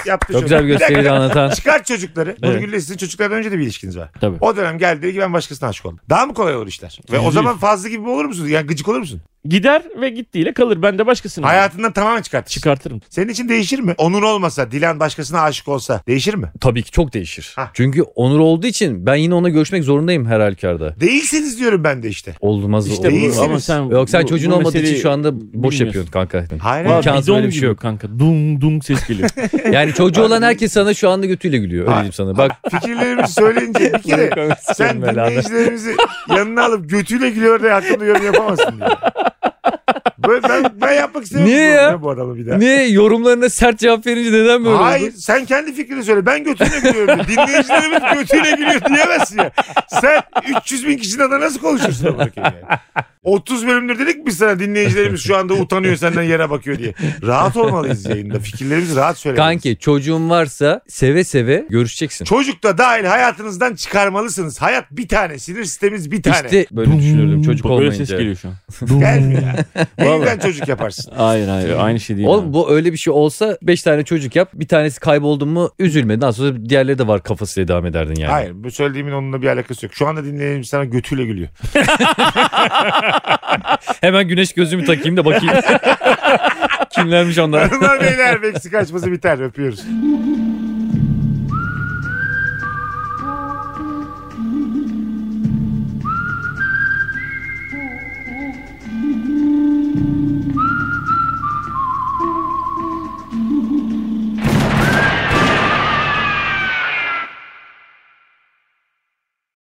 Speaker 1: Yaptın
Speaker 2: şey. Çok
Speaker 1: şovunu.
Speaker 2: güzel bir
Speaker 1: dakika.
Speaker 2: gösteriyle anlatan.
Speaker 1: Çıkar çocukları.
Speaker 3: Evet.
Speaker 1: Nurgül'le sizin çocuklardan önce de bir ilişkiniz var.
Speaker 3: Tabii.
Speaker 1: O dönem geldi dedi ki ben başkasına aşık oldum. Daha mı kolay olur işler? Ve o
Speaker 3: Yüzde
Speaker 1: zaman fazla gibi olur musun? Yani gıcık olur musun?
Speaker 3: Gider ve gittiğiyle kalır. Ben de başkasını
Speaker 1: Hayatından tamamen çıkartırsın.
Speaker 3: çıkartırım.
Speaker 1: Senin için değişir mi? Onun olmasa, Dilan başkasına aşık olsa değişir mi?
Speaker 2: Tabii ki çok değişir.
Speaker 1: Ha.
Speaker 2: Çünkü Onur olduğu için ben yine ona görüşmek zorundayım her halükarda.
Speaker 1: Değilsiniz diyorum ben de işte.
Speaker 2: Olmaz
Speaker 3: İşte
Speaker 1: Değilsiniz.
Speaker 3: bu ama sen
Speaker 2: Yok sen
Speaker 3: bu-
Speaker 2: çocuğun
Speaker 3: bu
Speaker 2: olmadığı için
Speaker 3: meseleyi-
Speaker 2: şu anda boş
Speaker 3: bilmiyorsun.
Speaker 2: yapıyorsun kanka.
Speaker 1: Hayır.
Speaker 3: Valla
Speaker 1: abi.
Speaker 2: Vallahi- İmkansız
Speaker 3: bidon
Speaker 2: öyle bir
Speaker 3: gibi
Speaker 2: şey yok.
Speaker 3: kanka. Dung dung ses geliyor.
Speaker 2: Yani çocuğu olan herkes sana şu anda götüyle gülüyor. Öyle diyeyim sana. Bak
Speaker 1: Fikirlerimizi söyleyince bir kere sen dinleyicilerimizi yanına alıp götüyle gülüyor diye hakkında yorum yapamazsın diye. Böyle ben, ben yapmak istemiyorum.
Speaker 2: Niye ya?
Speaker 1: bu adamı bir daha.
Speaker 2: Niye yorumlarına sert cevap verince neden böyle
Speaker 1: Hayır
Speaker 2: oldu?
Speaker 1: sen kendi fikrini söyle. Ben götüyle gülüyorum. diye. Dinleyicilerimiz götüyle gülüyor diyemezsin ya. Sen 300 bin kişinin adına nasıl konuşursun? amına koyayım yani? 30 bölümdür dedik mi sana dinleyicilerimiz şu anda utanıyor senden yere bakıyor diye. Rahat olmalıyız yayında. Fikirlerimizi rahat söylemeliyiz.
Speaker 2: Kanki çocuğun varsa seve seve görüşeceksin.
Speaker 1: Çocuk da dahil hayatınızdan çıkarmalısınız. Hayat bir tane. Sinir sistemimiz bir tane.
Speaker 2: İşte böyle düşünürdüm şey çocuk
Speaker 3: Bak, Böyle ses
Speaker 2: olmayınca.
Speaker 3: geliyor şu an.
Speaker 1: Gelmiyor ya. Elinden
Speaker 3: Vallahi.
Speaker 1: çocuk yaparsın.
Speaker 3: Hayır hayır aynı şey değil.
Speaker 2: Oğlum
Speaker 3: abi.
Speaker 2: bu öyle bir şey olsa 5 tane çocuk yap bir tanesi kayboldu mu üzülme. Daha sonra diğerleri de var kafasıyla devam ederdin yani.
Speaker 1: Hayır bu söylediğimin onunla bir alakası yok. Şu anda dinleyelim sana götüyle gülüyor.
Speaker 2: Hemen güneş gözümü takayım da bakayım. Kimlermiş onlar?
Speaker 1: Hanımlar beyler Meksika açması biter öpüyoruz.